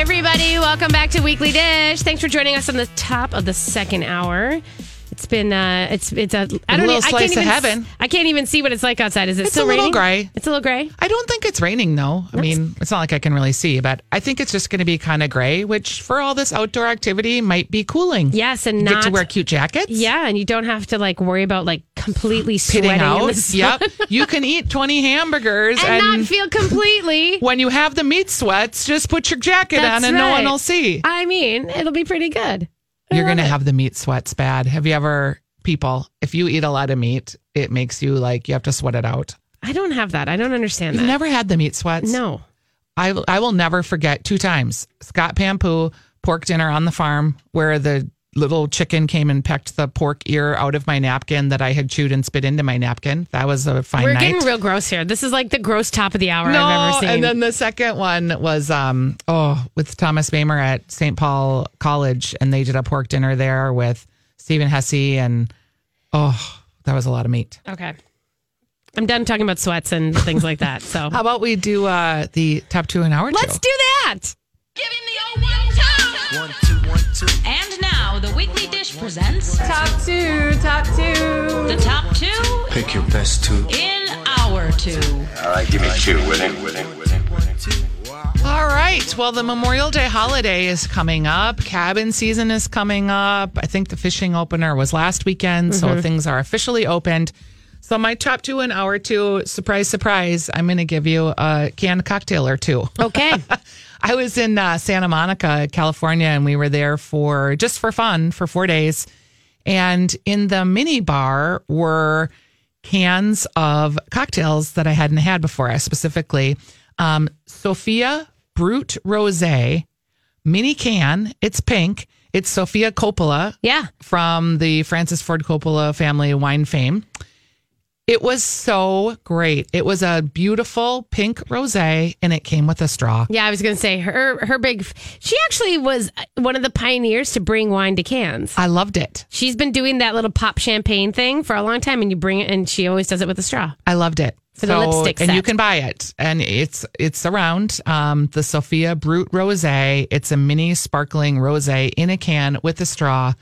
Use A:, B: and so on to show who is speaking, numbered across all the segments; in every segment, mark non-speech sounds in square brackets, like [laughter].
A: everybody. Welcome back to Weekly Dish. Thanks for joining us on the top of the second hour. It's been uh it's it's a I don't
B: little
A: e- I
B: slice
A: can't
B: of
A: even,
B: heaven.
A: I can't even see what it's like outside. Is it
B: It's
A: still
B: a little
A: raining?
B: gray.
A: It's a little gray.
B: I don't think it's raining though. I mean, it's not like I can really see, but I think it's just going to be kind of gray, which for all this outdoor activity might be cooling.
A: Yes, and
B: You
A: not
B: get to wear cute jackets.
A: Yeah, and you don't have to like worry about like completely
B: [gasps] Pitting
A: sweating in the
B: out. [laughs]
A: sun.
B: Yep. You can eat 20 hamburgers
A: And,
B: and,
A: not feel
B: [laughs]
A: completely
B: when you have the meat sweats, just put your jacket
A: That's
B: on and no one
A: right.
B: will see.
A: I mean, it'll be pretty good. I
B: You're
A: love
B: going to
A: it.
B: have the meat sweats bad. Have you ever, people, if you eat a lot of meat, it makes you like, you have to sweat it out.
A: I don't have that. I don't understand
B: You've
A: that.
B: never had the meat sweats?
A: no.
B: I I will never forget two times Scott Pampoo pork dinner on the farm where the little chicken came and pecked the pork ear out of my napkin that I had chewed and spit into my napkin. That was a fine
A: We're
B: night.
A: getting real gross here. This is like the gross top of the hour
B: no,
A: I've ever seen.
B: and then the second one was um oh with Thomas Bamer at St. Paul College, and they did a pork dinner there with Stephen Hesse, and oh that was a lot of meat.
A: okay. I'm done talking about sweats and things like that.
B: [laughs]
A: So
B: How about we do uh the top two an hour?
A: let's
B: two?
A: do that.
C: Give him the old one,
D: One, two, one, two.
C: And now the Weekly Dish presents
A: Top two, top two.
C: the top two
D: Pick your best two.
C: in our two.
E: All right, give me two with it, with it, with it.
D: One, two. Wow.
B: All right. Well, the Memorial Day holiday is coming up. Cabin season is coming up. I think the fishing opener was last weekend, so things are officially opened. So my top two and hour two, surprise, surprise, I'm going to give you a canned cocktail or two.
A: [laughs] Okay.
B: I was in uh, Santa Monica, California, and we were there for just for fun for four days. And in the mini bar were cans of cocktails that I hadn't had before, I specifically um, Sophia Brute Rose, mini can. It's pink. It's Sophia Coppola
A: yeah.
B: from the Francis Ford Coppola family wine fame. It was so great. It was a beautiful pink rose and it came with a straw.
A: Yeah, I was going to say her her big she actually was uh, one of the pioneers to bring wine to cans.
B: I loved it.
A: She's been doing that little pop champagne thing for a long time and you bring it and she always does it with a straw.
B: I loved it.
A: For the lipstick
B: and
A: set.
B: you can buy it, and it's it's around um, the Sophia Brute Rosé. It's a mini sparkling rosé in a can with a straw.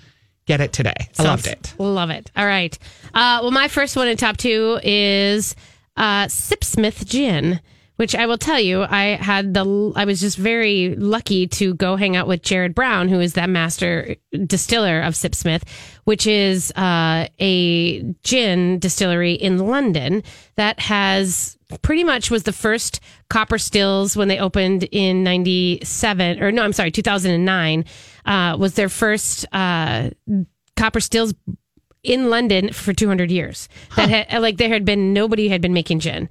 B: Get it today. I loved it.
A: Love it. All right. Uh, well, my first one in top two is uh, Sipsmith Gin, which I will tell you, I had the I was just very lucky to go hang out with Jared Brown, who is that master distiller of Sipsmith, which is uh, a gin distillery in London that has pretty much was the first copper stills when they opened in 97 or no i'm sorry 2009 uh, was their first uh, copper stills in London for 200 years. That had, like there had been nobody had been making gin.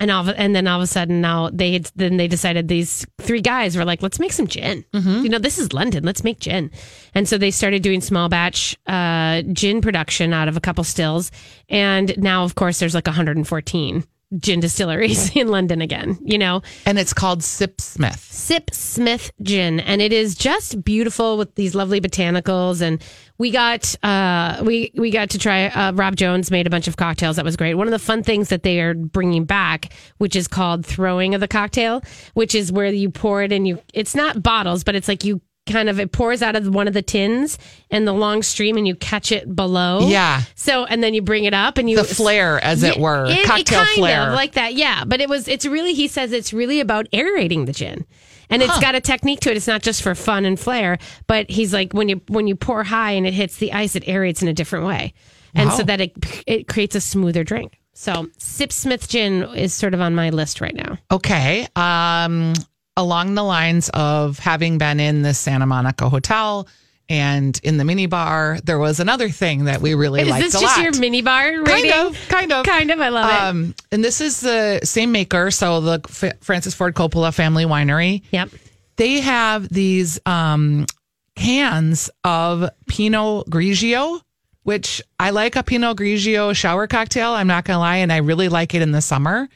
A: And all of, and then all of a sudden now they had then they decided these three guys were like let's make some gin you know this is London let's make gin and so they started doing small batch uh, gin production out of a couple stills and now of course there's like 114 gin distilleries [laughs] in London again you know
B: And it's called Sip Smith.
A: Sip Smith Gin, and it is just beautiful with these lovely botanicals. And we got uh, we we got to try. Uh, Rob Jones made a bunch of cocktails. That was great. One of the fun things that they are bringing back, which is called throwing of the cocktail, which is where you pour it and you. It's not bottles, but it's like you kind of it pours out of one of the tins and the long stream, and you catch it below.
B: Yeah.
A: So and then you bring it up and you
B: The flair, as it
A: yeah,
B: were, cocktail
A: kind
B: flair.
A: of like that. Yeah, but it was. It's really. He says it's really about aerating the gin, and it's got a technique to it. It's not just for fun and flair, but he's like when you when you pour high and it hits the ice, it aerates in a different way, and so
B: Wow.
A: that it it creates a smoother drink. So Sip Smith Gin is sort of on my list right now.
B: Okay. Um, along the lines of having been in the Santa Monica hotel and in the mini bar, there was another thing that we really
A: is
B: liked
A: this
B: a
A: just
B: lot.
A: your mini bar rating?
B: kind of, kind of,
A: Kind of, I love it.
B: Um, and this is the same maker, so the F- Francis Ford Coppola Family Winery.
A: Yep.
B: They have these um, cans of Pinot Grigio, which I like a Pinot Grigio shower cocktail. I'm not gonna lie, and I really like it in the summer.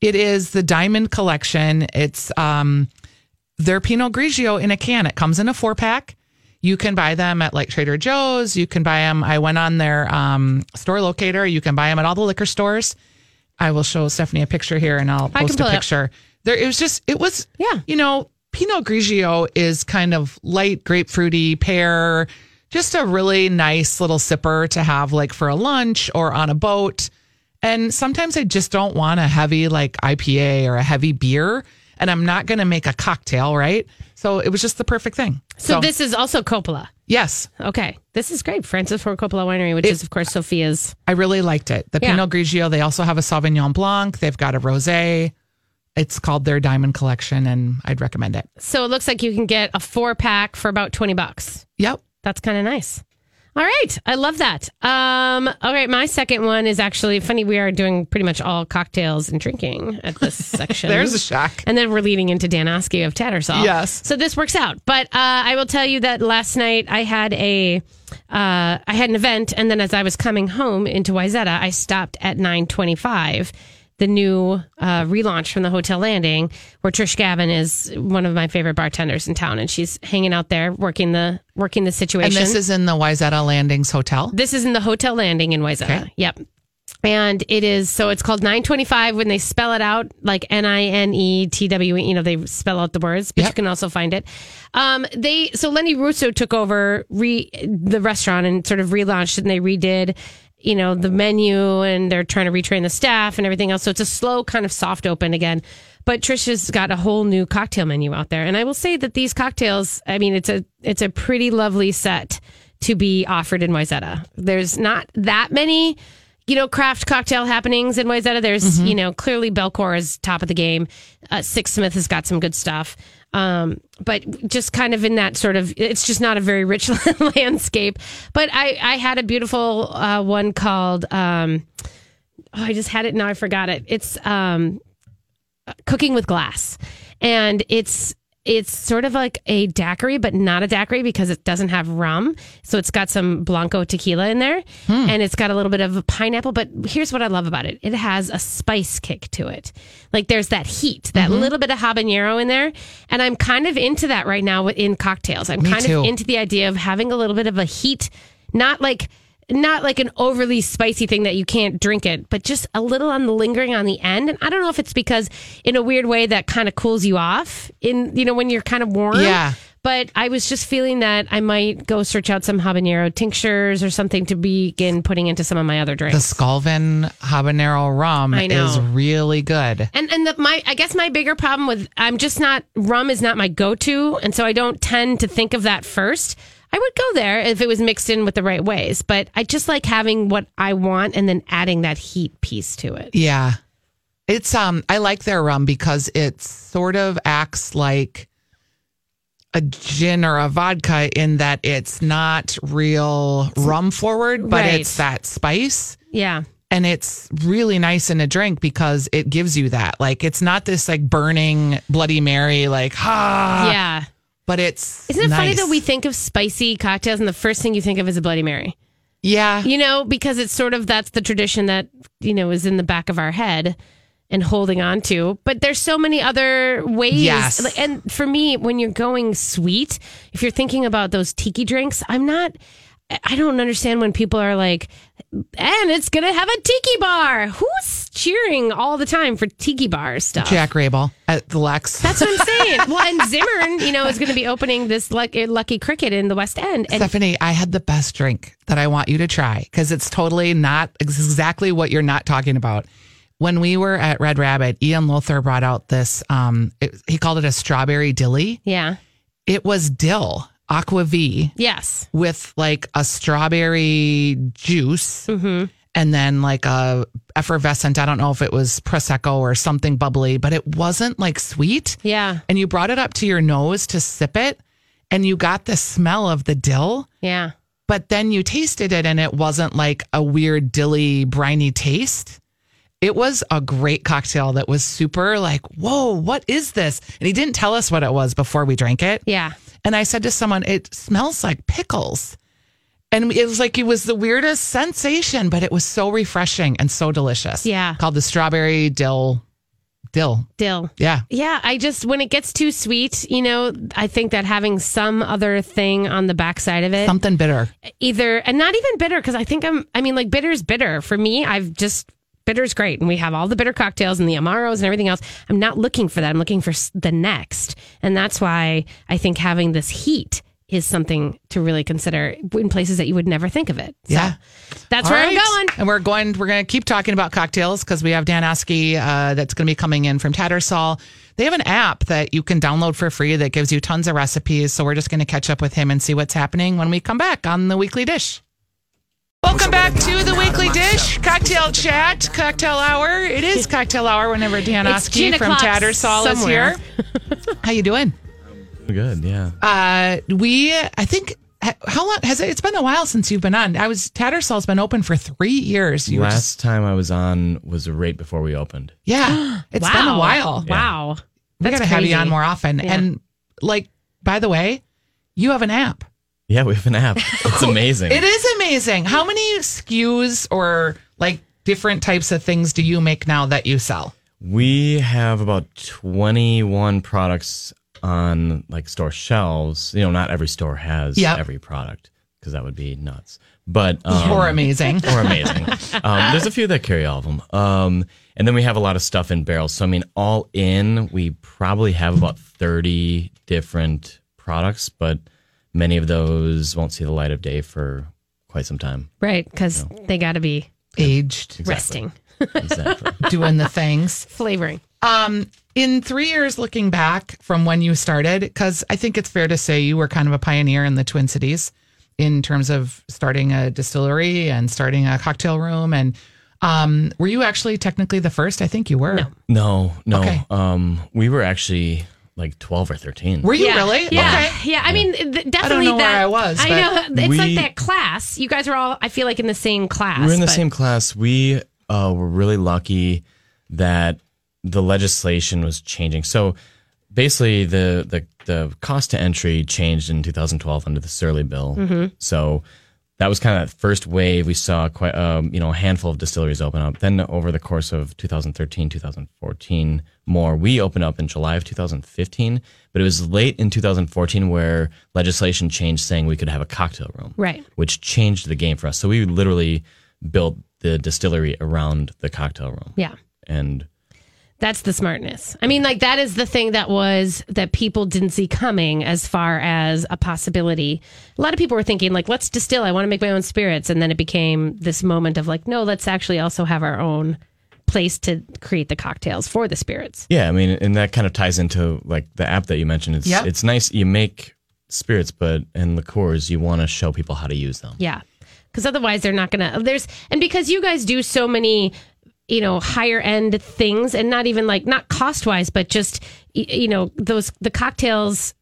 B: It is the Diamond Collection. It's um, their Pinot Grigio in a can. It comes in a four pack. You can buy them at like Trader Joe's. You can buy them. I went on their um, store locator. You can buy them at all the liquor stores. I will show Stephanie a picture here and I'll
A: I can
B: post a
A: pull it up.
B: picture. There, it was just, it was,
A: Yeah.
B: you know, Pinot Grigio is kind of light grapefruity pear, just a really nice little sipper to have like for a lunch or on a boat. And sometimes I just don't want a heavy like IPA or a heavy beer, and I'm not going to make a cocktail, right? So it was just the perfect thing.
A: So, this is also Coppola.
B: yes,
A: Okay, this is great. Francis Ford Coppola Winery, which is of course Sophia's.
B: I really liked it. The
A: Yeah.
B: Pinot Grigio, they also have a Sauvignon Blanc, they've got a rosé. It's called their Diamond Collection, and I'd recommend it.
A: So it looks like you can get a four pack for about twenty bucks.
B: Yep.
A: That's kind of nice. All right. I love that. Um, all right. My second one is actually funny. We are doing pretty much all cocktails and drinking at
B: [laughs]
A: this section.
B: There's a shock.
A: And then we're leading into Danosky of Tattersall.
B: Yes.
A: So this works out. But uh, I will tell you that last night I had a uh, I had an event, and then as I was coming home into Wyzetta, I stopped at nine twenty five. The new uh, relaunch from the Hotel Landing, where Trish Gavin is one of my favorite bartenders in town, and she's hanging out there working the working the
B: And
A: situation.
B: this is in the Wyzetta Landings Hotel.
A: This is in the hotel landing in Wayzata.
B: Okay.
A: Yep. And it is so it's called 925 when they spell it out like N I N E T W E. You know they spell out the words, but you
B: Yep.
A: can also find it. Um, they so Lenny Russo took over re, the restaurant and sort of relaunched it, and they redid you know the menu and they're trying to retrain the staff and everything else. So it's a slow kind of soft open again. But Trisha's got a whole new cocktail menu out there, and I will say that these cocktails. I mean, it's a it's a pretty lovely set to be offered in Wayzata. There's not that many, you know, craft cocktail happenings in Wayzata. There's, you know, clearly Belcor is top of the game. Uh, Six Smith has got some good stuff. Um, but just kind of in that sort of, it's just not a very rich [laughs] landscape. But I, I had a beautiful uh, one called, um, oh, I just had it now. I forgot it. It's um, cooking with glass, and it's it's sort of like a daiquiri, but not a daiquiri because it doesn't have rum. So it's got some blanco tequila in there, and it's got a little bit of pineapple. But here's what I love about it: it has a spice kick to it. Like there's that heat, that little bit of habanero in there, and I'm kind of into that right now in cocktails. I'm kind
B: too.
A: of into the idea of having a little bit of a heat, not like not like an overly spicy thing that you can't drink it, but just a little on the lingering on the end. And I don't know if it's because in a weird way that kind of cools you off in you know when you're kind of warm.
B: Yeah.
A: But I was just feeling that I might go search out some habanero tinctures or something to begin putting into some of my other
B: The
A: drinks.
B: Sculvin habanero rum
A: I know.
B: is really good.
A: And and the, my I guess my bigger problem with I'm just not rum is not my go to, and so I don't tend to think of that first. I would go there if it was mixed in with the right ways, but I just like having what I want and then adding that heat piece to it.
B: Yeah. It's um I like their rum because it sort of acts like a gin or a vodka in that it's not real rum forward, but
A: Right.
B: it's that spice.
A: Yeah.
B: and it's really nice in a drink because it gives you that. Like it's not this like burning Bloody Mary, like ha,
A: yeah.
B: but it's
A: Isn't it funny
B: Ah, nice.
A: that we think of spicy cocktails and the first thing you think of is a Bloody Mary?
B: yeah
A: You know, because it's sort of that's the tradition that, you know, is in the back of our head and holding on to. But there's so many other ways.
B: Yes.
A: Like, And for me, when you're going sweet, if you're thinking about those tiki drinks, I'm not, I- I don't understand when people are like, and it's going to have a tiki bar. Who's cheering all the time for tiki bar stuff?
B: Jack Rabel at the Lex
A: That's what I'm
B: [laughs]
A: saying. well, and Zimmern, you know, is going to be opening this lucky, lucky cricket in the West End. And
B: Stephanie, I had the best drink that I want you to try because it's totally not ex- exactly what you're not talking about. When we were at Red Rabbit, Ian Lothar brought out this. Um, it, he called it a strawberry dilly.
A: yeah.
B: It was dill aqua v
A: Yes.
B: with like a strawberry juice and then like a effervescent i don't know if it was prosecco or something bubbly but it wasn't like sweet
A: Yeah.
B: and you brought it up to your nose to sip it and you got the smell of the dill
A: Yeah.
B: but then you tasted it and it wasn't like a weird dilly briny taste it was a great cocktail that was super like whoa what is this and he didn't tell us what it was before we drank it
A: Yeah.
B: and I said to someone, it smells like pickles. And it was like, it was the weirdest sensation, but it was so refreshing and so delicious.
A: Yeah.
B: Called the strawberry dill, dill.
A: Dill.
B: Yeah.
A: Yeah, I just when it gets too sweet, you know, I think that having some other thing on the backside of it,
B: Something bitter.
A: either and not even bitter because I think I'm. I mean, like bitter is bitter for me. I've just Bitter's great, and we have all the bitter cocktails and the amaros and everything else. I'm not looking for that. I'm looking for s- the next, and that's why I think having this heat is something to really consider in places that you would never think of it. So
B: Yeah.
A: that's
B: All
A: where
B: right.
A: I'm going.
B: And we're going, we're going to keep talking about cocktails because we have Dan Oskey uh, that's going to be coming in from Tattersall. They have an app that you can download for free that gives you tons of recipes. So we're just going to catch up with him and see what's happening when we come back on the Weekly Dish. Welcome back to the Weekly Dish Cocktail Chat, Cocktail Hour.
A: [laughs]
B: It is Cocktail Hour whenever Dan
A: It's
B: Oskey
A: 10
B: from
A: o'clock
B: Tattersall
A: somewhere. [laughs]
B: is here. How you doing?
F: Good, yeah.
B: Uh, we, I think, h- how long has it? It's been a while since you've been on. I was Tattersall's been open for three years. You were
F: Last
B: just,
F: time I was on was right before we opened.
B: [gasps] yeah, it's
A: wow.
B: been a while.
A: Wow.
B: we gotta have you on more often.
A: Yeah.
B: And like, by the way, you have an app.
F: Yeah, we have an app. [laughs] It's amazing.
B: It is amazing. How many SKUs or like different types of things do you make now that you sell?
F: We have about 21 products on like store shelves. You know, not every store has
B: Yep.
F: every product because that would be nuts. But um,
B: You're amazing.
F: or amazing. um, there's a few that carry all of them. Um, and then we have a lot of stuff in barrels. So, I mean, all in, we probably have about 30 different products, but many of those won't see the light of day for quite
B: [laughs]
F: some time.
A: Right, because they got to be
B: [laughs] Aged,
A: resting,
F: Exactly.
B: doing the things.
A: flavoring.
B: in three years looking back from when you started because i think it's fair to say you were kind of a pioneer in the twin cities in terms of starting a distillery and starting a cocktail room and um, were you actually technically the first i think you were
F: no, no.
B: Okay.
F: Um, we were actually like 12 or 13.
B: were you really
A: Yeah.
B: okay
A: Yeah. I mean, th- definitely.
B: know where
A: that,
B: I was,
A: I
B: but-
A: know. It's like
F: We-
A: that class. You guys are all, I feel like, in the same class.
F: We We're in the
A: but-
F: same class. We uh, were really lucky that the legislation was changing. So basically, the the the cost to entry changed in 2012 under the Surly Bill.
A: Mm-hmm.
F: So that was kind of that first wave. We saw quite um, you know a handful of distilleries open up. Then over the course of 2013, 2014, more we opened up in July of 2015. But it was late in 2014 where legislation changed, saying we could have a cocktail room
A: Right.
F: which changed the game for us. So we literally built the distillery around the cocktail room.
A: Yeah.
F: And
A: That's the smartness. I mean, like, that is the thing that was that people didn't see coming as far as a possibility. A lot of people were thinking, like, let's distill. I want to make my own spirits. And then it became this moment of, like, no, let's actually also have our own place to create the cocktails for the spirits.
F: yeah, I mean, and that kind of ties into like the app that you mentioned. It's
B: Yep.
F: it's nice you make spirits, but and liqueurs, you want to show people how to use them.
A: Yeah. Because otherwise they're not going to, there's, and because you guys do so many, you know, higher end things and not even like, not cost wise, but just, y- you know, those, the cocktails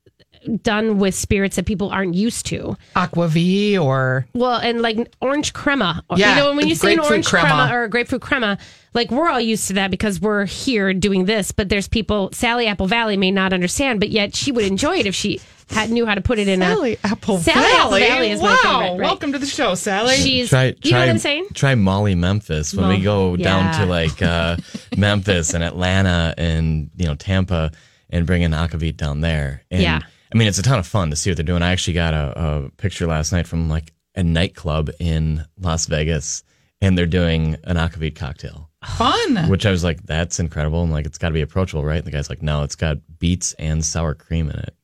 A: done with spirits that people aren't used to.
B: aquavie or
A: Well, and like orange crema. You
B: Yeah,
A: know, when you say an
B: grapefruit
A: orange crema.
B: crema.
A: or a grapefruit crema, like we're all used to that because we're here doing this, but there's people, Sally Apple Valley may not understand, but yet she would enjoy it if she had, knew how to put it in
B: sally
A: a.
B: apple
A: Sally Apple
B: valley,
A: Valley is my
B: wow
A: favorite, right.
B: welcome to the show sally
A: She's,
F: Try,
A: you know
F: try-
A: what I'm saying?
F: Try Molly Memphis when we go down
A: yeah.
F: to
A: [laughs]
F: like uh, Memphis and Atlanta and you know Tampa and bring an akavit down there. And,
A: Yeah.
F: I mean, it's a ton of fun to see what they're doing. I actually got a, a picture last night from like a nightclub in Las Vegas, and they're doing an akavit cocktail,
B: fun
F: which I was like, "That's incredible!" I'm like, "It's got to be approachable, right?" And the guy's like, "No, it's got beets and sour
A: [laughs]
F: cream in it."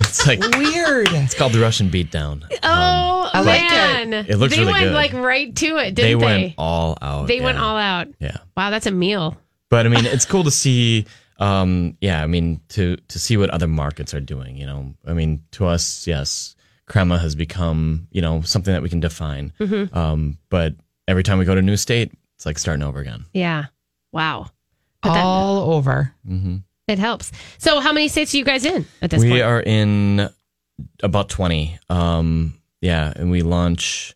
F: it's like it's
B: weird
F: called the Russian beatdown.
A: Oh
B: like it.
A: man,
F: It looks
A: they
F: really
A: went
F: good.
A: like right to it, didn't they?
F: they went all out.
A: They went
F: yeah.
A: all out.
F: Yeah.
A: Wow, that's a meal.
F: but I mean, it's cool to see. Um, yeah, I mean, to to see what other markets are doing. You know, I mean, to us, yes, crema has become you know something that we can define. Um, but every time we go to a new state, it's like starting over again.
A: Yeah. Wow. But that-
B: all over
A: it helps. So, how many states are you guys in at this
F: we
A: point?
F: are in about 20 um yeah and we launch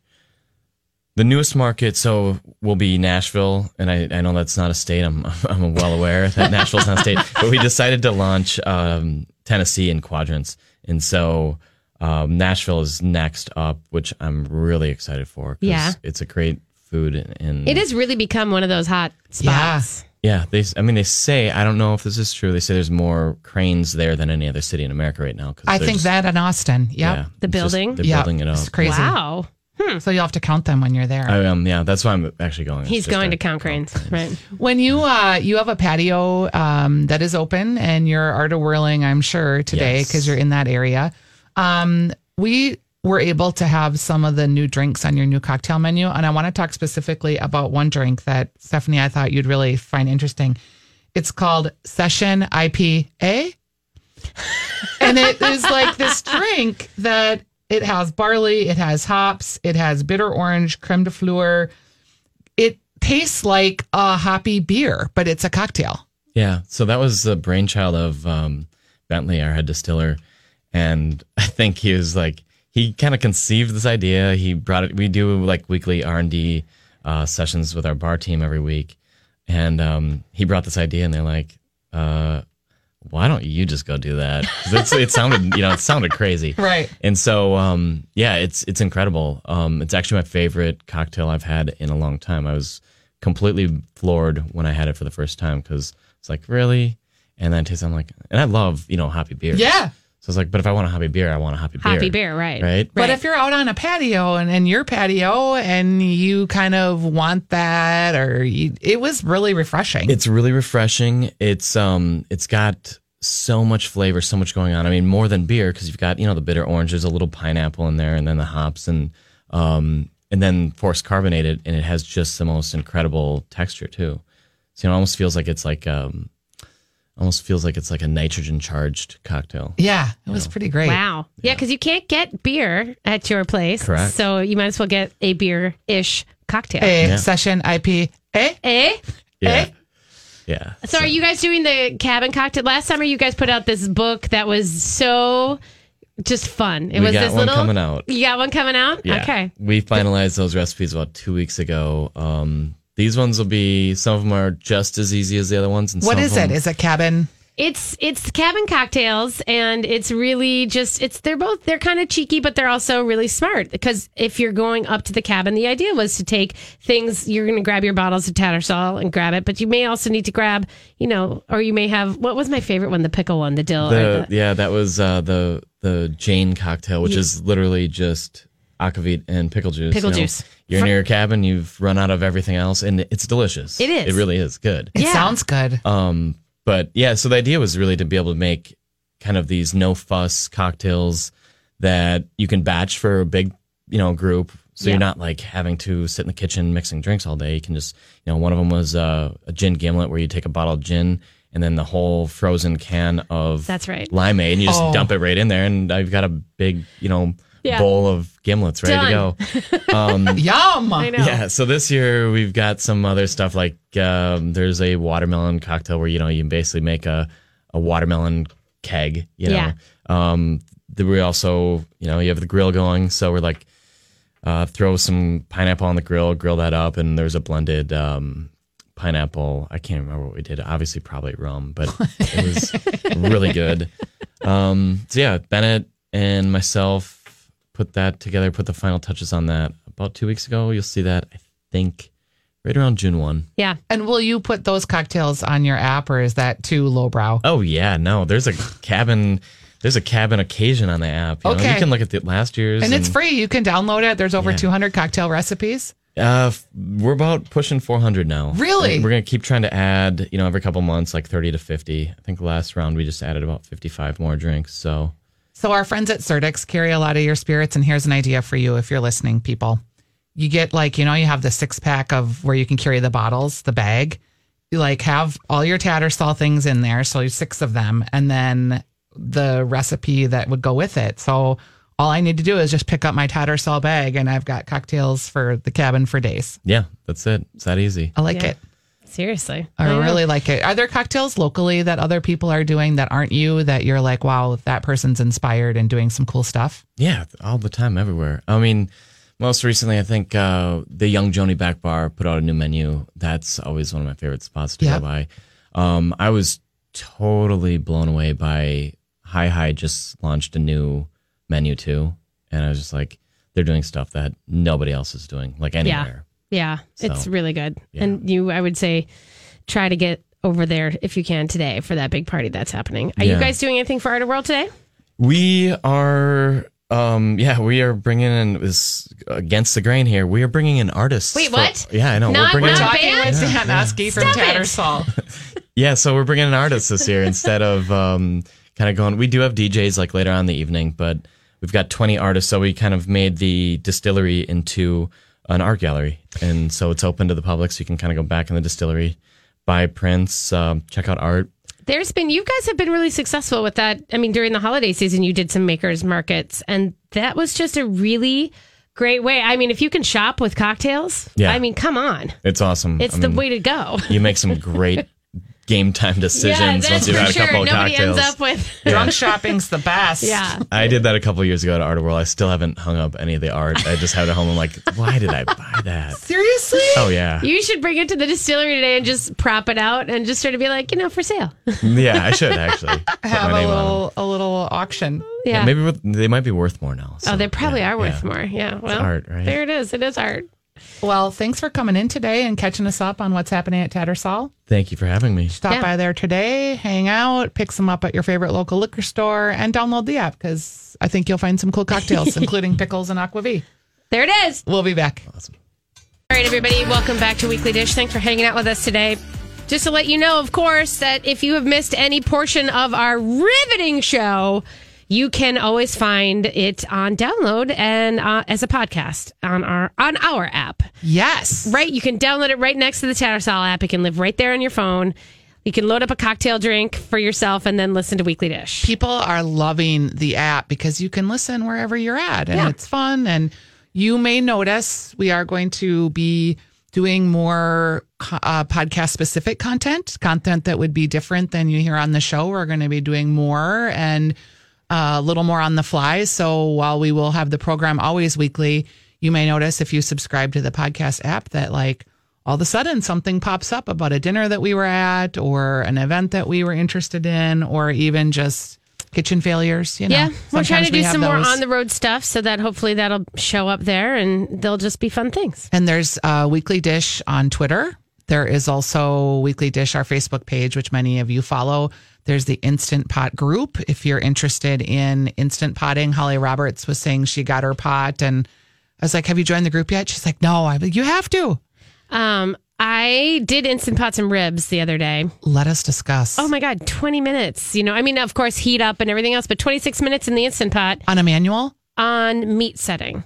F: the newest market so will be nashville and i, I know that's not a state i'm [laughs] i'm well aware that nashville's not a
A: [laughs]
F: state but we decided to launch um tennessee in quadrants and so um, nashville is next up which i'm really excited for 'cause
A: Yeah.
F: it's a great food and, and
A: It has really become one of those hot
B: Yeah.
A: spots.
F: yeah, they. I mean, they say I don't know if this is true. They say there's more cranes there than any other city in America right now. Cause
B: i
F: they're
B: think
F: just-
B: that in austin yep.
F: yeah,
A: The
F: it's just-
A: building?
F: they're
B: Yeah,
F: building it up.
B: it's crazy
A: Wow. Hmm.
B: So you'll have to count them when you're there.
F: I am. Yeah, that's why I'm actually going. It's
A: He's
F: just
A: going
F: a-
A: to count cranes, right?
B: When you uh, you have a patio um, that is open and you're art whirling, I'm sure today
F: Yes.
B: because you're in that area. Um, we were able to have some of the new drinks on your new cocktail menu, and I want to talk specifically about one drink that Stephanie, I thought you'd really find interesting. It's called Session IPA, [laughs] and it is like this drink that it has barley, it has hops, it has bitter orange, creme de fleur it tastes like a hoppy beer, but it's a cocktail.
F: Yeah. So that was the brainchild of um, Bentley, our head distiller. And [laughs] I think he was like, he kind of conceived this idea. He brought it. We do like weekly R and D uh, sessions with our bar team every week, and um, he brought this idea, and they're like, uh, "Why don't you just go do that?" 'Cause it's, it sounded, you know, it sounded
A: [laughs]
F: crazy,
B: Right.
F: And so, um, yeah, it's it's incredible. Um, it's actually my favorite cocktail I've had in a long time. I was completely floored when I had it for the first time because it's like really, and then it tastes. I'm like, and I love you know hoppy beer.
B: Yeah.
F: So it's like, but if I want a hoppy beer, I want a hoppy beer.
A: Hoppy beer, right?
F: right?
B: But if you're out on a patio and in your patio and you kind of want that, or you, it was really refreshing.
F: It's really refreshing. It's um, it's got so much flavor, so much going on. I mean, more than beer because you've got you know the bitter orange. There's a little pineapple in there, and then the hops, and um, and then forced carbonated, and it has just the most incredible texture too. So you know, it almost feels like it's like um, almost feels like it's like a nitrogen charged cocktail.
B: yeah, it was pretty great.
A: Wow. Yeah, because you can't get beer at your place.
F: Correct.
A: So you might as well get a beer ish cocktail.
B: A
F: Yeah.
B: Eh, session IPA.
A: Eh?
F: Yeah, yeah.
A: So, are you guys doing the cabin cocktail? Last summer, you guys put out this book that was so just fun. It
F: We
A: was
F: got
A: this
F: one
A: little
F: coming out.
A: You got one coming out. Okay.
F: We finalized those recipes about two weeks ago. Um, these ones will be some of them are just as easy as the other ones. And
B: What
F: some of
B: is it?
F: them-
B: Is it cabin?
A: It's it's cabin cocktails, and it's really just it's they're both they're kind of cheeky, but they're also really smart because if you're going up to the cabin, the idea was to take things you're going to grab your bottles of Tattersall and grab it, but you may also need to grab you know, or you may have what was my favorite one, the pickle one, the dill. or
F: The,
A: the,
F: yeah, that was uh, the the Jane cocktail, which is literally just aquavit and pickle juice.
A: Pickle
F: you know.
A: juice.
F: You're in your cabin, you've run out of everything else, and it's delicious.
A: It is.
F: It really is good.
B: It
A: Yeah.
B: sounds good.
F: Um, but yeah, so the idea was really to be able to make kind of these no fuss cocktails that you can batch for a big, you know, group. So
A: Yeah.
F: you're not like having to sit in the kitchen mixing drinks all day. You can just, you know, one of them was uh, a gin gimlet where you take a bottle of gin and then the whole frozen can of
A: That's right.
F: limeade and you just
B: Oh.
F: dump it right in there. And I've got a big, you know,
A: Yeah.
F: bowl of gimlets ready
A: Done.
F: to go. Um,
B: Yum.
A: I know.
F: yeah. So this year we've got some other stuff like um, there's a watermelon cocktail where you know you basically make a, a watermelon keg. You know.
A: Yeah.
F: Um, th- we also you know you have the grill going, so we're like uh, throw some pineapple on the grill, grill that up, and there's a blended um, pineapple. I can't remember what we did. Obviously, probably rum, but it was really good. Um, so yeah, Bennett and myself put that together, put the final touches on that about two weeks ago. You'll see that I think right around June one.
A: Yeah.
B: And will you put those cocktails on your app or is that too lowbrow?
F: Oh yeah, no, there's a cabin. There's a cabin occasion on the app. You, know?
B: Okay.
F: you can look at the last year's,
B: And it's free. You can download it. There's over
F: Yeah.
B: 200 cocktail recipes.
F: Uh, f- we're about pushing 400 now.
B: Really?
F: We're, gonna keep trying to add, you know, every couple months, like 30 to 50. I think last round we just added about 55 more drinks. So
B: So our friends at Certix carry a lot of your spirits, and here's an idea for you if you're listening, people. You get like, you know, you have the six pack of where you can carry the bottles, the bag. You like have all your Tattersall things in there, so you six of them, and then the recipe that would go with it. So all I need to do is just pick up my Tattersall bag, and I've got cocktails for the cabin for days.
F: yeah, that's it. It's that easy.
B: I like
A: Yeah.
B: it.
A: Seriously.
B: I
A: know.
B: really like it. Are there cocktails locally that other people are doing that aren't you that you're like, wow, that person's inspired and doing some cool stuff?
F: Yeah, th- all the time, everywhere. I mean, most recently, I think uh, the Young Joni Back Bar put out a new menu. That's always one of my favorite spots to
B: Yeah.
F: go by. Um, I was totally blown away by Hi Hi just launched a new menu too, and I was just like, they're doing stuff that nobody else is doing, like anywhere.
A: Yeah, it's
F: So,
A: really good. And you, I would say, try to get over there if you can today for that big party that's happening. Are you
F: Yeah.
A: guys doing anything for Art of World today?
F: We are Um, yeah, we are bringing in this against the grain here. We are bringing in artists.
A: Wait,
F: for-
A: what?
F: yeah, I know.
A: Not-
F: Oh, we're bringing.
A: not-
B: Talking
A: band?
B: with Dan Oskey from
A: Stop it.
B: Tattersall.
F: yeah, so we're bringing in artists this
A: [laughs]
F: year instead of um, kind of going. We do have DJs like later on in the evening, but we've got 20 artists. So we kind of made the distillery into an art gallery, and so it's open to the public. So you can kind of go back in the distillery, buy prints, um, check out art.
A: There's been you guys have been really successful with that. I mean, during the holiday season, you did some makers markets, and that was just a really great way. I mean, if you can shop with cocktails,
F: Yeah.
A: I mean, come on,
F: It's awesome.
A: it's
F: I
A: the
F: mean,
A: way to go.
F: you make some great
A: [laughs]
F: game time decisions once you've had a couple of
A: Nobody
F: cocktails.
A: ends up with
B: Drunk shopping's the best.
A: yeah.
F: I did that a couple years ago at Art World. I still haven't hung up any of the art. I just had it at home. I'm like, why did I buy
A: [laughs]
F: that?
B: Seriously?
F: Oh yeah,
A: You should bring it to the distillery today and just prop it out and just sort of be like, you know, for sale.
F: yeah. I
A: [laughs]
F: should actually put
B: Have
F: my
B: a
F: name on them.
B: little a little auction.
A: Yeah.
F: Maybe with- they might be worth more now. so,
A: oh, they probably
F: yeah,
A: are worth
F: yeah.
A: more. Yeah. Well,
F: art, right?
A: there it is. It is art.
B: Well, thanks for coming in today and catching us up on what's happening at Tattersall.
F: Thank you for having me.
B: Stop
A: Yeah.
B: by there today, hang out, pick some up at your favorite local liquor store, and download the app because I think you'll find some cool cocktails, including pickles and aquavit.
A: There it is.
B: We'll be back.
A: All right, everybody, welcome back to Weekly Dish. Thanks for hanging out with us today. Just to let you know, of course, that if you have missed any portion of our riveting show, you can always find it on download and uh, as a podcast on our on our app.
B: Yes.
A: Right, you can download it right next to the Tattersall app. It can live right there on your phone. You can load up a cocktail drink for yourself and then listen to Weekly Dish.
B: People are loving the app because you can listen wherever you're at and
A: Yeah.
B: it's fun. And you may notice we are going to be doing more co- uh, podcast specific content, content that would be different than you hear on the show. We're going to be doing more and uh, a little more on the fly. So while we will have the program always weekly, you may notice if you subscribe to the podcast app that like all of a sudden something pops up about a dinner that we were at or an event that we were interested in or even just kitchen failures. You know,
A: Yeah, we're trying
B: Sometimes
A: to
B: we
A: do
B: have
A: some more
B: those.
A: on the road stuff so that hopefully that'll show up there and they'll just be fun things.
B: And there's uh, Weekly Dish on Twitter. There is also Weekly Dish, our Facebook page, which many of you follow. There's the Instant Pot group. If you're interested in instant potting, Holly Roberts was saying she got her pot. And I was like, Have you joined the group yet? She's like, No. I'm like, You have to.
A: Um, I did instant pots and ribs the other day.
B: Let us discuss.
A: Oh my god, twenty minutes! You know, I mean, of course, heat up and everything else, but twenty six minutes in the instant pot
B: on a manual?
A: on meat setting,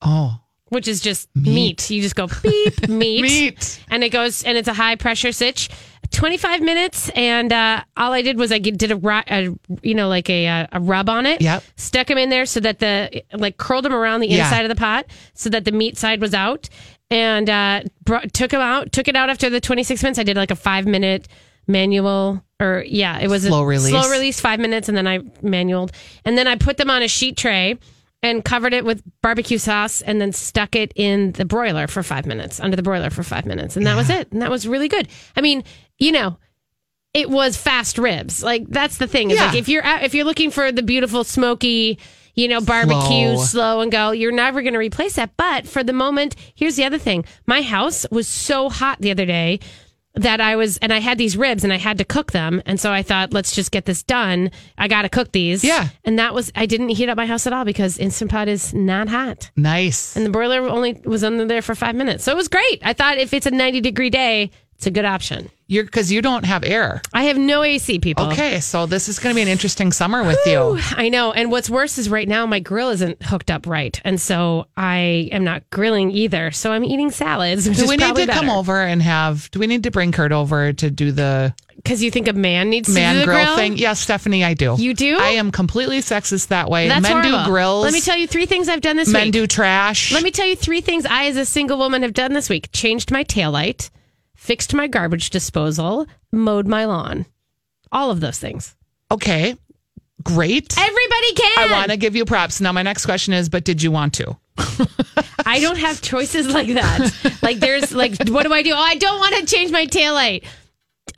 B: Oh,
A: which is just meat. You just go
B: [laughs]
A: beep meat,
B: Meat.
A: and it goes, and it's a high pressure sitch. Twenty five minutes, and uh, all I did was I g- did a, ru- a you know like a uh, a rub on it.
B: Yep.
A: Stuck them in there so that the like curled them around the
B: Yeah.
A: inside of the pot so that the meat side was out, and uh, bro- took them out. Took it out after the twenty six minutes. I did like a five minute manual or yeah, it was
B: Slow
A: a
B: release.
A: Slow release five minutes, and then I manualed, and then I put them on a sheet tray and covered it with barbecue sauce, and then stuck it in the broiler for five minutes under the broiler for five minutes, and that was it. And that was really good. I mean, you know. It was fast ribs. Like that's the thing. It's
B: Yeah.
A: like if you're out, if you're looking for the beautiful smoky, you know, barbecue,
B: Slow.
A: slow, and go, you're never going to replace that. But for the moment, here's the other thing. My house was so hot the other day that I was, and I had these ribs and I had to cook them. And so I thought, let's just get this done. I got to cook these.
B: Yeah.
A: And that was, I didn't heat up my house at all because Instant Pot is not hot.
B: nice.
A: And the broiler only was under there for five minutes. So it was great. I thought if it's a 90 degree day, it's a good option.
B: You're because you don't have air.
A: I have no AC, people.
B: Okay, so this is going to be an interesting summer with you.
A: I know. And what's worse is right now my grill isn't hooked up right. And so I am not grilling either. So I'm eating salads. Which
B: Do
A: is
B: we need
A: probably
B: to come
A: better.
B: over and have? Do we need to bring Kurt over to do the
A: Because you think a man needs to do
B: man
A: the
B: grill
A: grill?
B: thing? Yes, Stephanie, I do.
A: You do?
B: I am completely sexist that way.
A: That's
B: men
A: horrible.
B: do grills.
A: Let me tell you three things I've done this
B: Men
A: week.
B: do trash.
A: Let me tell you three things I, as a single woman, have done this week changed my taillight, fixed my garbage disposal, mowed my lawn. All of those things.
B: okay, great.
A: Everybody
B: I
A: can.
B: want to give you props. Now, my next question is, but did you want to?
A: I don't have choices like that. like, there's like, what do I do? Oh, I don't want to change my taillight.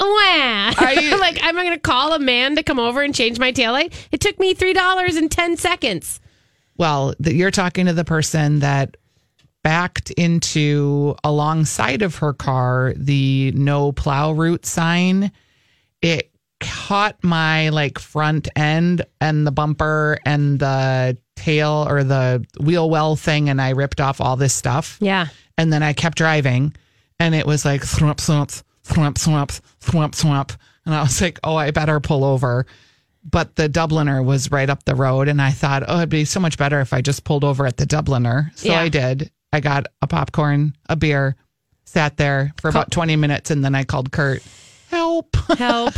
A: Wah.
B: Are you-
A: [laughs] like, am I going to call a man to come over and change my taillight? It took me $3.10 seconds.
B: Well, that you're talking to the person that backed into alongside of her car the no plow route sign. It caught my like front end and the bumper and the tail or the wheel well thing, and I ripped off all this stuff.
A: Yeah.
B: And then I kept driving, and it was like thwomp, thwomp, thwomp, thwomp, thwomp, thwomp. And I was like, oh, I better pull over. But the Dubliner was right up the road, and I thought, oh, it'd be so much better if I just pulled over at the Dubliner. So
A: Yeah.
B: I did. I got a popcorn, a beer, sat there for about 20 minutes, and then I called Kurt, help. [laughs]
A: Help.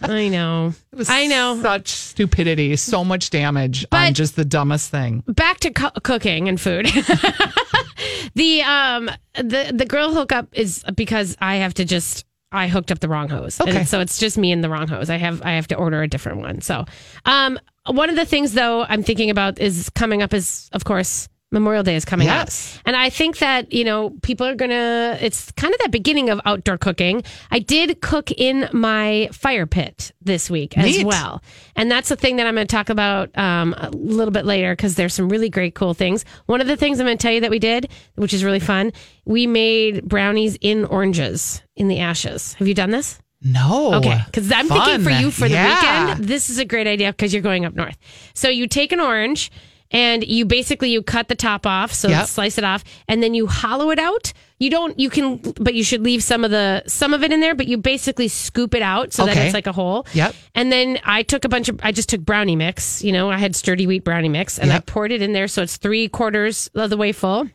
A: I know. I know.
B: Such stupidity, so much damage
A: But-
B: on just the dumbest thing.
A: back to co- cooking and food. [laughs] the um the the girl hookup is because I have to just I hooked up the wrong hose.
B: Okay.
A: And so it's just me and the wrong hose. I have I have to order a different one. So um one of the things though I'm thinking about is coming up is of course Memorial Day is coming
B: Yes.
A: up. And I think that, you know, people are going to it's kind of that beginning of outdoor cooking. I did cook in my fire pit this week as
B: Neat.
A: well well. And that's the thing that I'm going to talk about um, a little bit later because there's some really great, cool things. One of the things I'm going to tell you that we did, which is really fun, we made brownies in oranges in the ashes. Have you done this?
B: No.
A: Okay, because I'm thinking for
B: Fun.
A: you for
B: Yeah.
A: the weekend, this is a great idea because you're going up north. So you take an orange and you basically you cut the top off, so
B: Yep.
A: slice it off, and then you hollow it out. You don't, you can, but you should leave some of the some of it in there. But you basically scoop it out so that
B: Okay.
A: it's like a hole.
B: Yep.
A: And then I took a bunch of, I just took brownie mix. You know, I had sturdy wheat brownie mix, and I
B: Yep.
A: poured it in there so it's three quarters of the way full.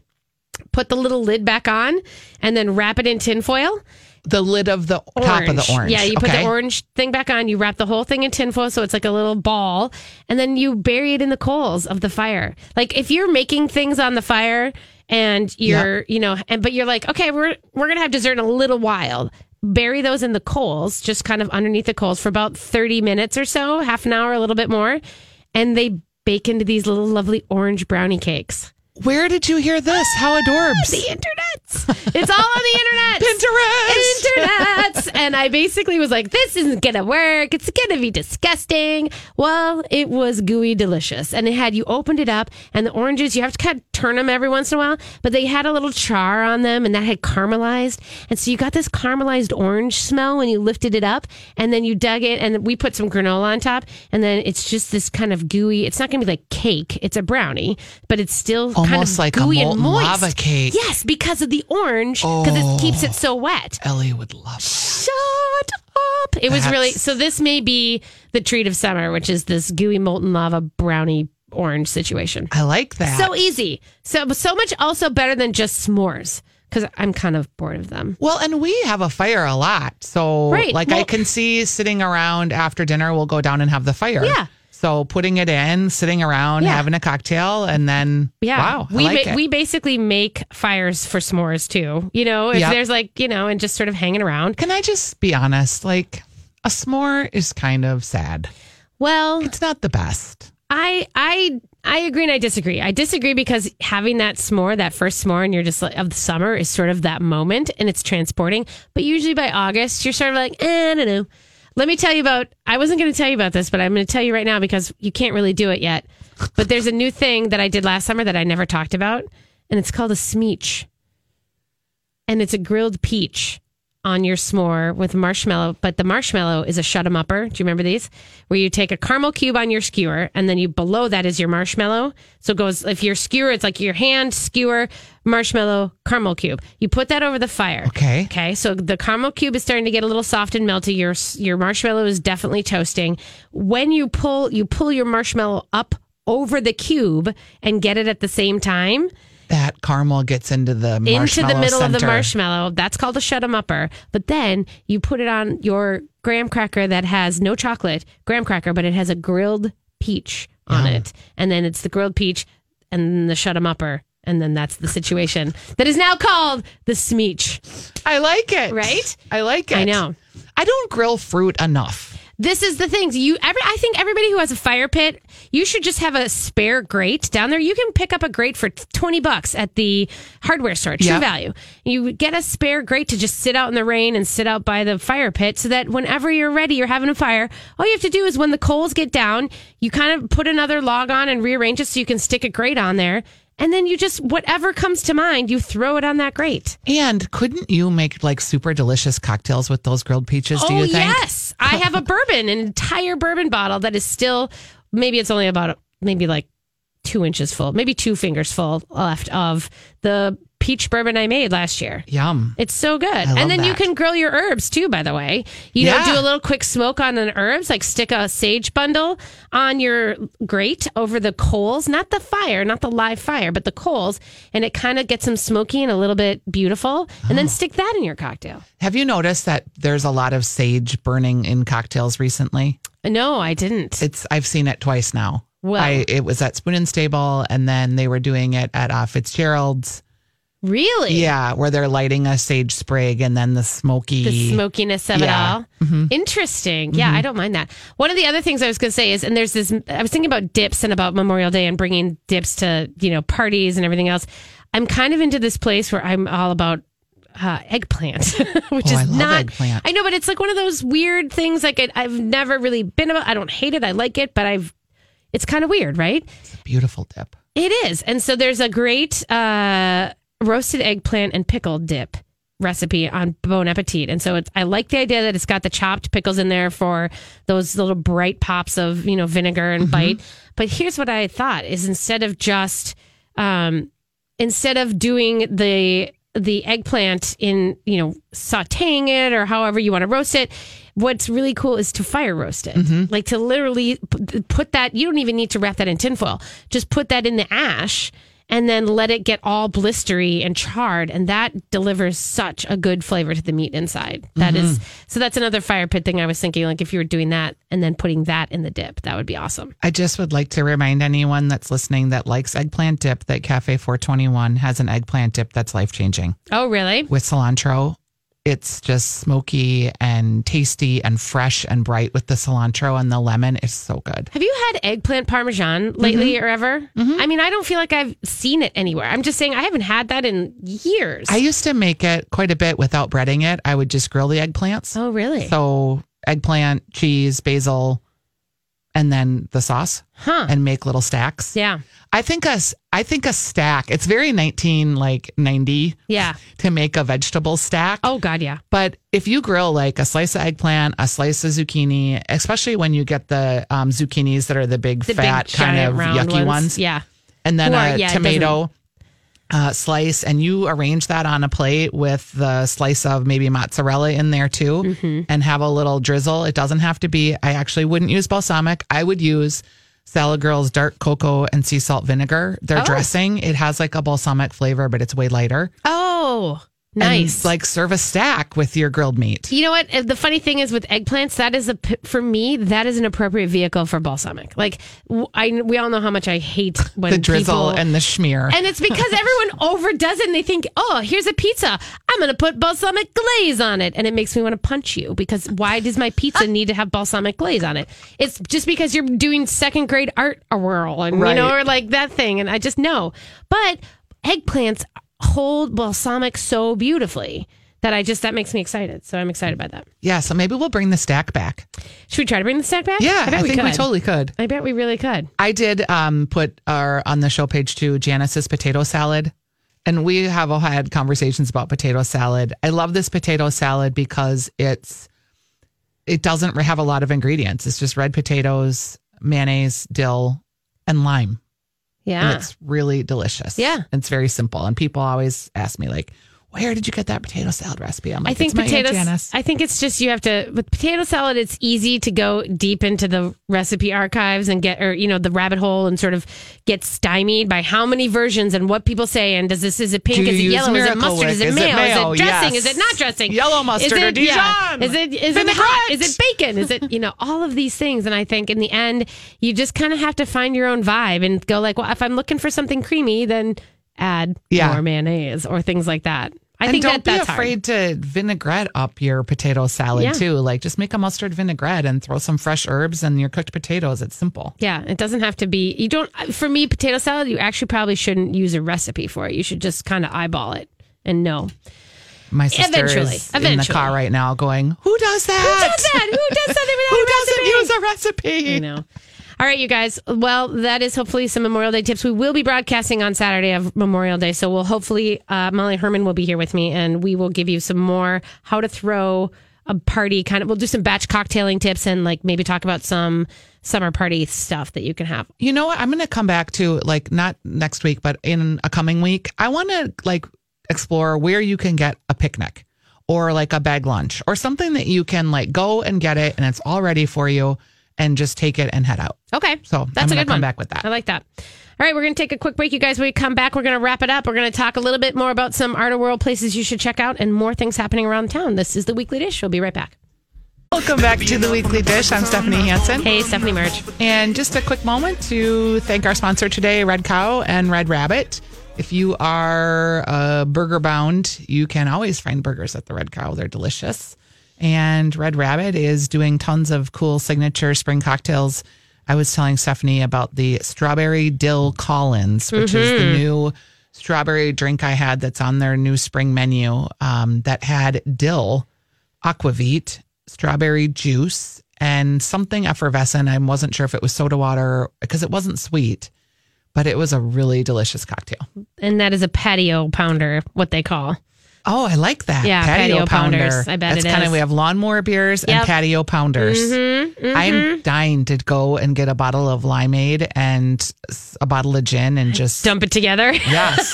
A: Put the little lid back on, and then wrap it in tinfoil
B: The lid of the top of the orange.
A: yeah, you put
B: okay.
A: the orange thing back on. You wrap the whole thing in tinfoil, so it's like a little ball, and then you bury it in the coals of the fire. Like if you're making things on the fire, and you're, you know, and but you're like, okay, we're we're gonna have dessert in a little while. Bury those in the coals, just kind of underneath the coals for about thirty minutes or so, half an hour, a little bit more, and they bake into these little lovely orange brownie cakes.
B: Where did you hear this? How adorbs.
A: The internet, it's all on Oh,
B: [laughs]
A: the internet.
B: Pinterest.
A: internets. and I basically was like, this isn't going to work. It's going to be disgusting. Well, it was gooey delicious. And it had, you opened it up, and the oranges, you have to kind of turn them every once in a while, but they had a little char on them, and that had caramelized. And so you got this caramelized orange smell when you lifted it up, and then you dug it, and we put some granola on top, and then it's just this kind of gooey, it's not going to be like cake, it's a brownie, but it's still kind
B: Almost
A: of
B: like a
A: gooey and
B: molten
A: moist.
B: lava cake. Oh.
A: Yes, because of the orange, because it keeps it so wet.
B: Ellie would love it.
A: Shut up. It was
B: That's-
A: really so this may be the treat of summer, which is this gooey molten lava brownie orange situation.
B: I like that.
A: So easy. So so much also better than just s'mores cuz I'm kind of bored of them.
B: well, and we have a fire a lot. So,
A: Right,
B: like, I
A: well-
B: can see sitting around after dinner, we'll go down and have the fire.
A: Yeah.
B: So, putting it in, sitting around,
A: Yeah.
B: having a cocktail, and then,
A: Yeah.
B: wow. I
A: we
B: like
A: ma-
B: it.
A: we basically make fires for s'mores too. You know, if
B: Yep.
A: there's like, you know, and just sort of hanging around.
B: Can I just be honest? Like, a s'more is kind of sad.
A: Well,
B: It's not the best.
A: I I I agree and I disagree. I disagree because having that s'more, that first s'more, and you're just like of the summer is sort of that moment, and it's transporting. But usually by August, you're sort of like, eh, I don't know. Let me tell you about. I wasn't going to tell you about this, but I'm going to tell you right now because you can't really do it yet. But there's a new thing that I did last summer that I never talked about, and it's called a smeech. And it's a grilled peach on your s'more with marshmallow, but the marshmallow is a shut 'em upper. Do you remember these? Where you take a caramel cube on your skewer and then you below that is your marshmallow. So it goes if your skewer, it's like your hand, skewer, marshmallow, caramel cube. You put that over the fire.
B: Okay.
A: Okay. So the caramel cube is starting to get a little soft and melty. Your your marshmallow is definitely toasting. When you pull you pull your marshmallow up over the cube and get it at the same time
B: That caramel gets into the
A: into the
B: marshmallow
A: middle of the
B: center.
A: marshmallow. That's called a shut 'em upper. But then you put it on your graham cracker that has no chocolate graham cracker, but it has a grilled peach on it, and then it's the grilled peach and the shut 'em upper, and then that's the situation that is now called the smeech.
B: I like it.
A: Right?
B: I like it.
A: I know.
B: I don't grill fruit enough.
A: This is the things you every. I think everybody who has a fire pit, you should just have a spare grate down there. You can pick up a grate for twenty bucks at the hardware store, True
B: Yeah.
A: Value. You get a spare grate to just sit out in the rain and sit out by the fire pit, so that whenever you're ready, you're having a fire. All you have to do is when the coals get down, you kind of put another log on and rearrange it so you can stick a grate on there. And then you just, whatever comes to mind, you throw it on that grate.
B: And couldn't you make like super delicious cocktails with those grilled peaches? do
A: oh,
B: you think?
A: yes. I have
B: [laughs]
A: a bourbon, an entire bourbon bottle that is still, maybe it's only about, maybe like two inches full, maybe two fingers full left of the peach bourbon I made last year.
B: Yum.
A: It's so good.
B: love
A: And then you
B: that.
A: can grill your herbs too, by the way. You know,
B: Yeah.
A: do a little quick smoke on an herbs, like stick a sage bundle on your grate over the coals, not the fire, not the live fire, but the coals. And it kind of gets them smoky and a little bit beautiful. And
B: Oh.
A: then stick that in your cocktail.
B: Have you noticed that there's a lot of sage burning in cocktails recently?
A: No, I didn't.
B: It's I've seen it twice now.
A: Well.
B: I, it was at Spoon and Stable, and then they were doing it at uh, Fitzgerald's.
A: really?
B: Yeah, where they're lighting a sage sprig and then the smoky.
A: the smokiness of
B: Yeah. Mm-hmm.
A: it all. Interesting. Yeah, I don't mind that. One of the other things I was going to say is, and there's this, I was thinking about dips and about Memorial Day and bringing dips to, you know, parties and everything else. I'm kind of into this place where I'm all about uh, eggplant, [laughs] which is
B: Oh, I love
A: not,
B: eggplant.
A: I know, but it's like one of those weird things. Like I, I've never really been about, I don't hate it. I like it, but I've, it's kind of weird, right?
B: beautiful dip.
A: It is. And so there's a great uh, roasted eggplant and pickle dip recipe on Bon Appetit. And so it's, I like the idea that it's got the chopped pickles in there for those little bright pops of, you know, vinegar and bite. But here's what I thought is instead of just um, instead of doing the the eggplant in you know sautéing it or however you want to roast it what's really cool is to fire roast it like to literally p- put that you don't even need to wrap that in tinfoil just put that in the ash and then let it get all blistery and charred and that delivers such a good flavor to the meat inside That is so that's another fire pit thing i was thinking like if you were doing that and then putting that in the dip that would be awesome
B: I just would like to remind anyone that's listening that likes eggplant dip that Cafe 421 has an eggplant dip that's life changing
A: oh really
B: with cilantro. It's just smoky and tasty and fresh and bright with the cilantro and the lemon. It's so good.
A: Have you had eggplant parmesan lately
B: Mm-hmm.
A: or ever? I mean, I don't feel like I've seen it anywhere. I'm just saying I haven't had that in years.
B: I used to make it quite a bit without breading it. I would just grill the eggplants.
A: oh, really?
B: So eggplant, cheese, basil, and then the sauce,
A: huh.
B: and make little stacks.
A: yeah.
B: I think a s- I think a stack. It's very nineteen like ninety
A: Yeah.
B: to make a vegetable stack.
A: Oh, God. Yeah.
B: But if you grill like a slice of eggplant, a slice of zucchini, especially when you get the um, zucchinis that are the big
A: The
B: fat
A: big,
B: kind
A: giant
B: of
A: round
B: yucky ones,
A: Yeah.
B: and then
A: Or,
B: a
A: yeah, it
B: tomato uh, slice, and you arrange that on a plate with the slice of maybe mozzarella in there too,
A: Mm-hmm.
B: and have a little drizzle. It doesn't have to be. I actually wouldn't use balsamic. I would use Salad Girl's dark cocoa and sea salt vinegar. Their
A: Oh.
B: dressing it has like a balsamic flavor, but it's way lighter.
A: Oh,
B: And,
A: nice.
B: like serve a stack with your grilled meat.
A: you know what? Uh, The funny thing is with eggplants, that is a, p- for me, that is an appropriate vehicle for balsamic. Like, w- I, we all know how much I hate when
B: The drizzle
A: people-
B: and the schmear.
A: And it's because
B: [laughs]
A: everyone overdoes it and they think, oh, here's a pizza. I'm going to put balsamic glaze on it. And it makes me want to punch you because why does my pizza need to have balsamic glaze on it? It's just because you're doing second grade art whirl and, you know,
B: Right.
A: or like that thing. And I just know. But eggplants hold balsamic so beautifully that I just, that makes me excited. So I'm excited by that.
B: yeah, so maybe we'll bring the stack back.
A: Should we try to bring the snack back?
B: Yeah, I,
A: bet
B: think we,
A: could.
B: totally could.
A: I bet we really could.
B: I did um, put our on the show page too, Janice's potato salad. And we have all had conversations about potato salad. I love this potato salad because it's it doesn't have a lot of ingredients. It's just red potatoes, mayonnaise, dill, and lime. And
A: Yeah.
B: it's really delicious.
A: Yeah.
B: And It's very simple. And people always ask me, like, where did you get that potato salad recipe? I'm like,
A: I think
B: it's my
A: potatoes.
B: Aunt Janice.
A: I think it's just you have to with potato salad. It's easy to go deep into the recipe archives and get, or you know, the rabbit hole and sort of get stymied by how many versions and what people say. And does this is it pink?
B: Do you
A: is it
B: use
A: yellow? Is it
B: Miracle
A: mustard? Is
B: Whip?
A: it
B: Is it
A: mayo?
B: mayo?
A: Is it dressing?
B: Yes.
A: Is it not dressing?
B: Yellow mustard
A: is
B: or
A: it, yeah.
B: Dijon?
A: Is it is it hot? Is it bacon? Is it you know all of these things? And I think in the end, you just kind of have to find your own vibe and go like, well, if I'm looking for something creamy, then add
B: Yeah.
A: more mayonnaise or things like that. I
B: and
A: think
B: don't
A: that that's
B: be
A: hard.
B: afraid to vinaigrette up your potato salad
A: Yeah.
B: too. Like just make a mustard vinaigrette and throw some fresh herbs and your cooked potatoes. It's simple.
A: Yeah, it doesn't have to be. You don't. For me, potato salad. You actually probably shouldn't use a recipe for it. You should just kind of eyeball it and [laughs] know.
B: My sister
A: Eventually,
B: is in the
A: eventually.
B: car right now going, "Who does that?
A: Who does that? Who does something without
B: Who
A: a
B: doesn't
A: recipe?
B: use a recipe?"
A: You know. All right, you guys. Well, that is hopefully some Memorial Day tips. We will be broadcasting on Saturday of Memorial Day. So we'll hopefully, uh, Molly Herman will be here with me and we will give you some more how to throw a party kind of, we'll do some batch cocktailing tips and like maybe talk about some summer party stuff that you can have.
B: You know what? I'm going to come back to like not next week, but in a coming week. I want to like explore where you can get a picnic or like a bag lunch or something that you can like go and get it and it's all ready for you and just take it and head out.
A: Okay.
B: So I'm
A: that's a
B: gonna
A: good
B: come
A: one.
B: back with that.
A: I like that. All right, we're going to take a quick break, you guys. When we come back, we're going to wrap it up. We're going to talk a little bit more about some art world places you should check out and more things happening around town. This is the Weekly Dish. We'll be right back.
B: Welcome back to the Weekly Dish. I'm Stephanie Hansen.
A: Hey, Stephanie Merge.
B: And just a quick moment to thank our sponsor today, Red Cow and Red Rabbit. If you are uh, burger bound, you can always find burgers at the Red Cow. They're delicious. And Red Rabbit is doing tons of cool signature spring cocktails. I was telling Stephanie about the strawberry dill Collins, which is
A: Mm-hmm.
B: the new strawberry drink I had that's on their new spring menu um, that had dill aquavit, strawberry juice, and something effervescent. I wasn't sure if it was soda water because it wasn't sweet, but it was a really delicious cocktail.
A: And that is a patio pounder, what they call.
B: Oh, I like that.
A: Yeah, patio pounders. I bet
B: That's
A: it
B: kind
A: is.
B: of we have lawnmower beers
A: Yep. Mm-hmm,
B: and patio pounders. I'm dying to go and get a bottle of limeade and s- a bottle of gin and just
A: Dump it together, [laughs]
B: yes,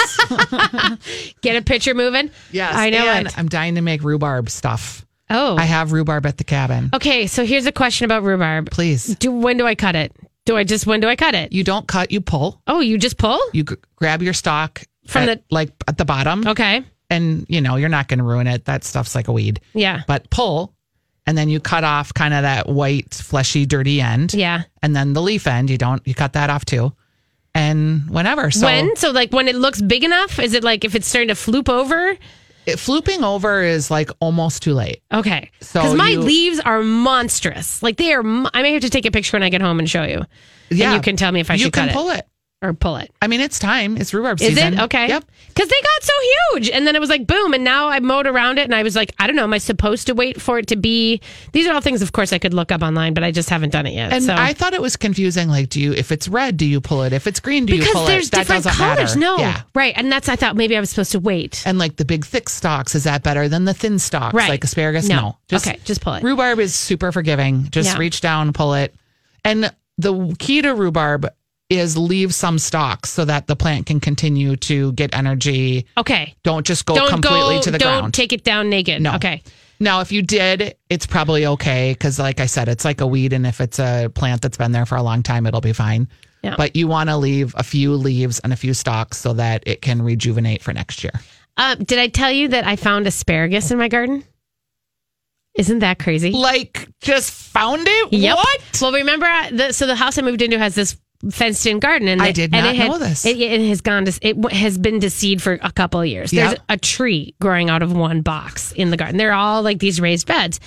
A: get a picture moving.
B: yes.
A: I know
B: and
A: it.
B: I'm dying to make rhubarb stuff.
A: Oh,
B: I have rhubarb at the cabin.
A: okay. So here's a question about rhubarb.
B: Please,
A: Do when do I cut it? Do I just when do I cut it?
B: you don't cut, you pull.
A: Oh, you just pull.
B: you g- grab your stock
A: From
B: at- like at the bottom
A: Okay.
B: and you know you're not going to ruin it that stuff's like a weed
A: Yeah.
B: but pull and then you cut off kind of that white fleshy dirty end
A: Yeah.
B: and then the leaf end you don't you cut that off too and whenever so
A: when? So like when it looks big enough? Is it like if it's starting to floop over?
B: it, flooping over is like almost too late
A: Okay.
B: So
A: Because my
B: you-
A: leaves are monstrous. Like they are. mon- I may have to take a picture when I get home and show you.
B: yeah
A: you can tell me if I
B: you
A: should
B: can
A: cut it.
B: pull it.
A: Or pull it.
B: i mean it's time it's rhubarb
A: Is
B: season
A: it? Okay.
B: yep
A: Because they got so huge. And then it was like, boom. And now I mowed around it and I was like, I don't know. Am I supposed to wait for it to be? These are all things, of course, I could look up online, but I just haven't done it yet.
B: and
A: so.
B: I thought it was confusing. Like, do you if it's red, do you pull it? If it's green, do you pull
A: because there's
B: it? That
A: different
B: doesn't
A: colors.
B: matter.
A: No.
B: yeah,
A: Right. And that's, I thought maybe I was supposed to wait.
B: And like the big thick stalks, is that better than the thin stalks,
A: Right.
B: like asparagus?
A: No.
B: No.
A: Okay, just pull it.
B: Rhubarb is super forgiving. Just
A: Yeah.
B: reach down, pull it. And the key to rhubarb is leave some stalks so that the plant can continue to get energy.
A: Okay.
B: Don't just go
A: Don't
B: completely
A: go,
B: to the
A: don't
B: ground.
A: take it down naked.
B: No.
A: Okay.
B: now, if you did, it's probably okay because, like I said, it's like a weed, and if it's a plant that's been there for a long time, it'll be fine.
A: Yeah.
B: But you want to leave a few leaves and a few stalks so that it can rejuvenate for next year.
A: Uh, did I tell you that I found asparagus in my garden? Isn't that crazy?
B: Like, just found it?
A: Yep.
B: What?
A: Well, remember, I, the, so the house I moved into has this fenced-in garden, and
B: I
A: it-
B: did
A: and
B: not
A: it had,
B: know this.
A: It, it has gone to it w- has been to seed for a couple of years. There's
B: Yep.
A: a tree growing out of one box in the garden. They're all like these raised beds,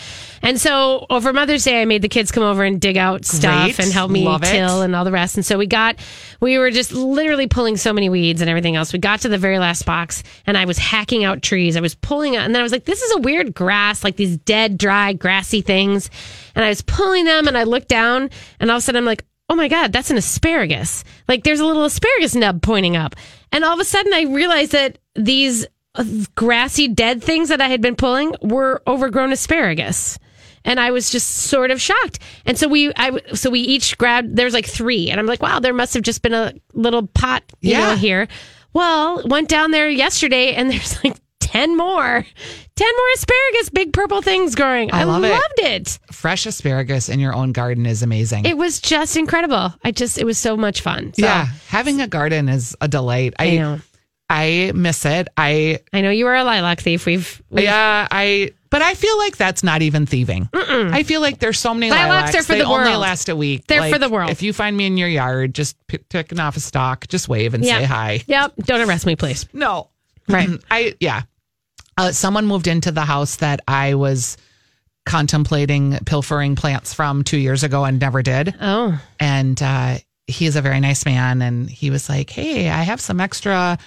A: and so over Mother's Day, I made the kids come over and dig out stuff
B: Great.
A: and help me
B: Love it.
A: till and all the rest. And so we got, we were just literally pulling so many weeds and everything else. We got to the very last box, and I was hacking out trees. I was pulling out, and then I was like, "This is a weird grass, like these dead, dry, grassy things." And I was pulling them, and I looked down, and all of a sudden, I'm like, oh my God, that's an asparagus. Like there's a little asparagus nub pointing up. And all of a sudden I realized that these uh, grassy dead things that I had been pulling were overgrown asparagus. And I was just sort of shocked. And so we, I, w- so we each grabbed, there's like three and I'm like, wow, there must have just been a little pot, you know,
B: Yeah.
A: here. Well, went down there yesterday and there's like 10 more, 10 more asparagus, big purple things growing. I,
B: love it.
A: loved it.
B: fresh asparagus in your own garden is amazing.
A: It was just incredible. I just, it was so much fun. So.
B: yeah, having a garden is a delight. I
A: I know.
B: I miss it. I
A: I know you are a lilac thief. We've, we
B: yeah, I but I feel like that's not even thieving. I feel like there's so many
A: Lilacs
B: lilacs,
A: are for
B: they
A: the
B: only
A: world.
B: last a week.
A: They're
B: Like,
A: for the world.
B: If you find me in your yard, just pick, picking off a stalk, just wave and say hi.
A: Yep. Don't arrest me, please.
B: No, [clears throat]
A: Right.
B: I yeah. Uh, someone moved into the house that I was contemplating pilfering plants from two years ago and never did.
A: Oh,
B: and uh, he is a very nice man. And he was like, "Hey, I have some extra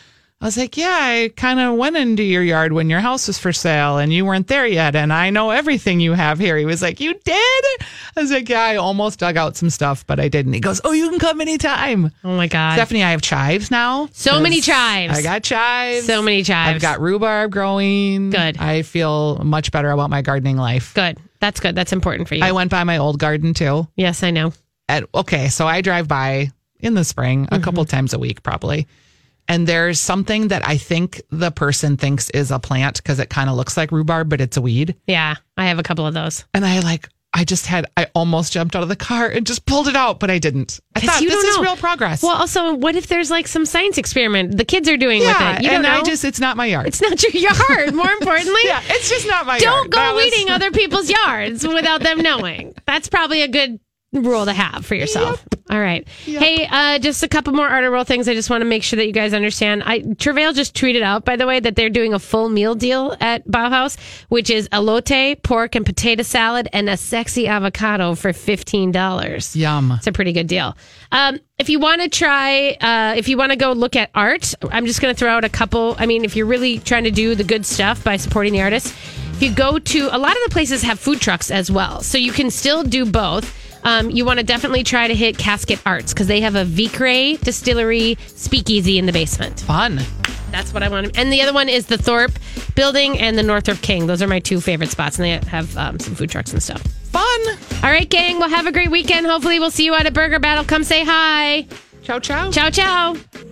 B: I was like, yeah, I kind of went into your yard when your house was for sale and you weren't there yet. And I know everything you have here. He was like, you did? I was like, yeah, I almost dug out some stuff, but I didn't. He goes, oh, you can come anytime.
A: Oh my God.
B: Stephanie, I have chives now.
A: So many chives.
B: I got chives.
A: So many chives.
B: I've got rhubarb growing.
A: Good.
B: I feel much better about my gardening life.
A: good. That's good. That's important for you.
B: I went by my old garden too.
A: yes, I know.
B: At, okay, so I drive by in the spring a couple
A: Mm-hmm.
B: times a week probably. And there's something that I think the person thinks is a plant because it kind of looks like rhubarb, but it's a weed.
A: Yeah, I have a couple of those.
B: And I like, I just had, I almost jumped out of the car and just pulled it out, but I didn't. I
A: 'Cause
B: thought
A: you
B: this
A: don't
B: is
A: know.
B: real progress.
A: Well, also, what if there's like some science experiment the kids are doing
B: yeah,
A: with it? You don't
B: and
A: know.
B: I just, it's not my yard.
A: it's not your yard. More importantly,
B: [laughs] yeah, it's just not my yard.
A: don't
B: That
A: go
B: was-
A: weeding other people's yards without them knowing. That's probably a good rule to have for yourself. All right. Hey, uh, just a couple more art roll things. I just want to make sure that you guys understand. I Travail just tweeted out, by the way, that they're doing a full meal deal at Bauhaus, which is elote, pork, and potato salad, and a sexy avocado for fifteen dollars.
B: Yum.
A: It's a pretty good deal. Um, if you want to try, uh, if you want to go look at art, I'm just going to throw out a couple. I mean, if you're really trying to do the good stuff by supporting the artists, if you go to a lot of the places have food trucks as well, so you can still do both. Um, you want to definitely try to hit Casket Arts because they have a Vicray Distillery speakeasy in the basement.
B: Fun.
A: That's what I want. And the other one is the Thorpe Building and the Northrop King. Those are my two favorite spots, and they have um, some food trucks and stuff.
B: Fun.
A: All right, gang. Well, have a great weekend. Hopefully, we'll see you at a burger battle. Come say hi.
B: Ciao, ciao.
A: Ciao, ciao.